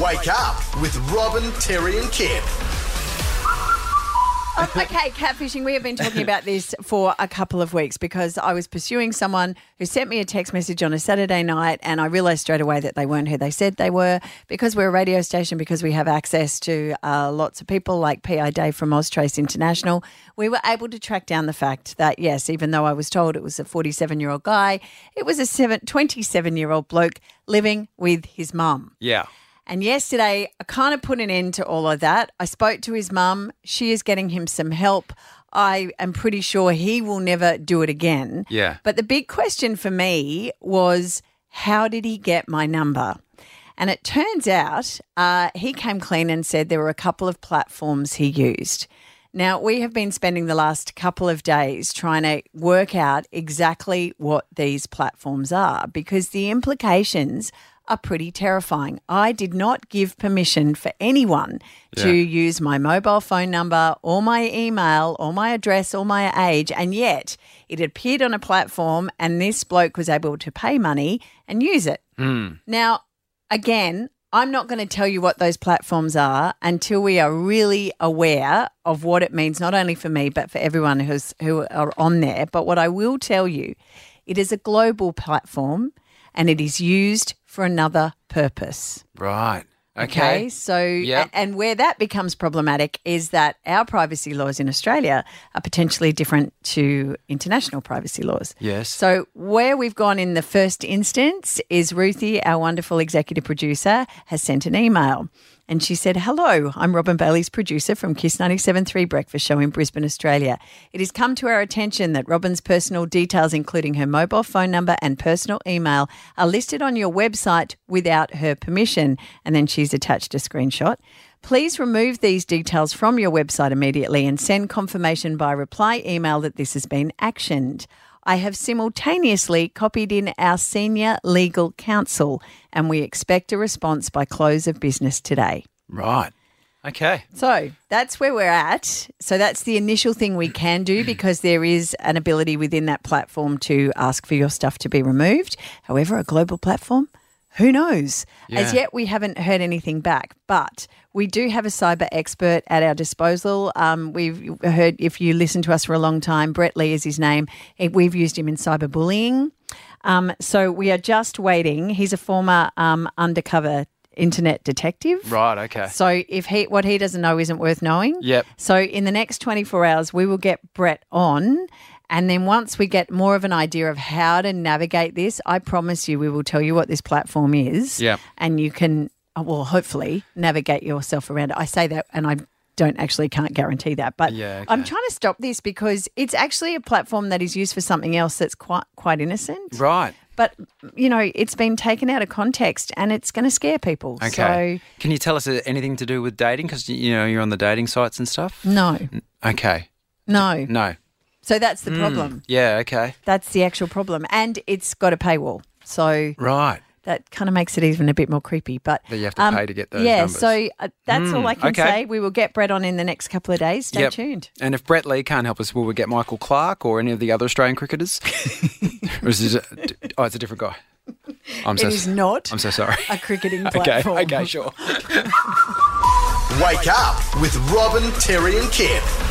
Wake up with Robin, Terry, and Kip. Um, okay, catfishing. We have been talking about this for a couple of weeks because I was pursuing someone who sent me a text message on a Saturday night, and I realised straight away that they weren't who they said they were because we're a radio station, because we have access to uh, lots of people like PI Dave from Austrace International. We were able to track down the fact that, yes, even though I was told it was a 47 year old guy, it was a 27 year old bloke living with his mum. Yeah. And yesterday, I kind of put an end to all of that. I spoke to his mum. She is getting him some help. I am pretty sure he will never do it again. Yeah. But the big question for me was how did he get my number? And it turns out uh, he came clean and said there were a couple of platforms he used. Now, we have been spending the last couple of days trying to work out exactly what these platforms are because the implications are pretty terrifying. I did not give permission for anyone to use my mobile phone number or my email or my address or my age. And yet it appeared on a platform and this bloke was able to pay money and use it. Now, again, I'm not going to tell you what those platforms are until we are really aware of what it means, not only for me, but for everyone who's, who are on there. But what I will tell you, it is a global platform and it is used for another purpose. Right. Okay. Okay. So, Yeah. a- and where that becomes problematic is that our privacy laws in Australia are potentially different to international privacy laws. Yes. So, where we've gone in the first instance is Ruthie, our wonderful executive producer, has sent an email. And she said, Hello, I'm Robin Bailey's producer from Kiss 97.3 Breakfast Show in Brisbane, Australia. It has come to our attention that Robin's personal details, including her mobile phone number and personal email, are listed on your website without her permission. And then she's attached a screenshot. Please remove these details from your website immediately and send confirmation by reply email that this has been actioned. I have simultaneously copied in our senior legal counsel and we expect a response by close of business today. Right. Okay. So that's where we're at. So that's the initial thing we can do because there is an ability within that platform to ask for your stuff to be removed. However, a global platform, who knows? As Yeah. yet, we haven't heard anything back, but we do have a cyber expert at our disposal. Um, we've heard, if you listen to us for a long time, Brett Lee is his name. Eh, We've used him in cyberbullying. Um, so we are just waiting. He's a former um, undercover internet detective. Right. Okay. So if he what he doesn't know isn't worth knowing. Yep. So in the next 24 hours we will get Brett on and then once we get more of an idea of how to navigate this, I promise you we will tell you what this platform is. Yep. And you can uh, well hopefully navigate yourself around it. I say that and I don't actually can't guarantee that, but Yeah, I'm okay. trying to stop this because it's actually a platform that is used for something else that's quite quite innocent. Right. But you know, it's been taken out of context and it's going to scare people. Okay. Can you tell us uh, anything to do with dating? Because you know you're on the dating sites and stuff. So no. Okay. No. No. So that's Hmm. the problem. Yeah. Okay. That's the actual problem. And it's got a paywall. So Right. that kind of makes it even a bit more creepy. But um, That you have to pay to get those Yeah. numbers. Hmm, So uh, that's all I can okay. say. We will get Brett on in the next couple of days. Stay Yep. tuned. And if Brett Lee can't help us, will we get Michael Clark or any of the other Australian cricketers? or is it a, oh, it's a different guy. I'm so It is not I'm so sorry. a cricketing okay. platform. Okay. Sure. Wake up with Robin, Terry, and Kip.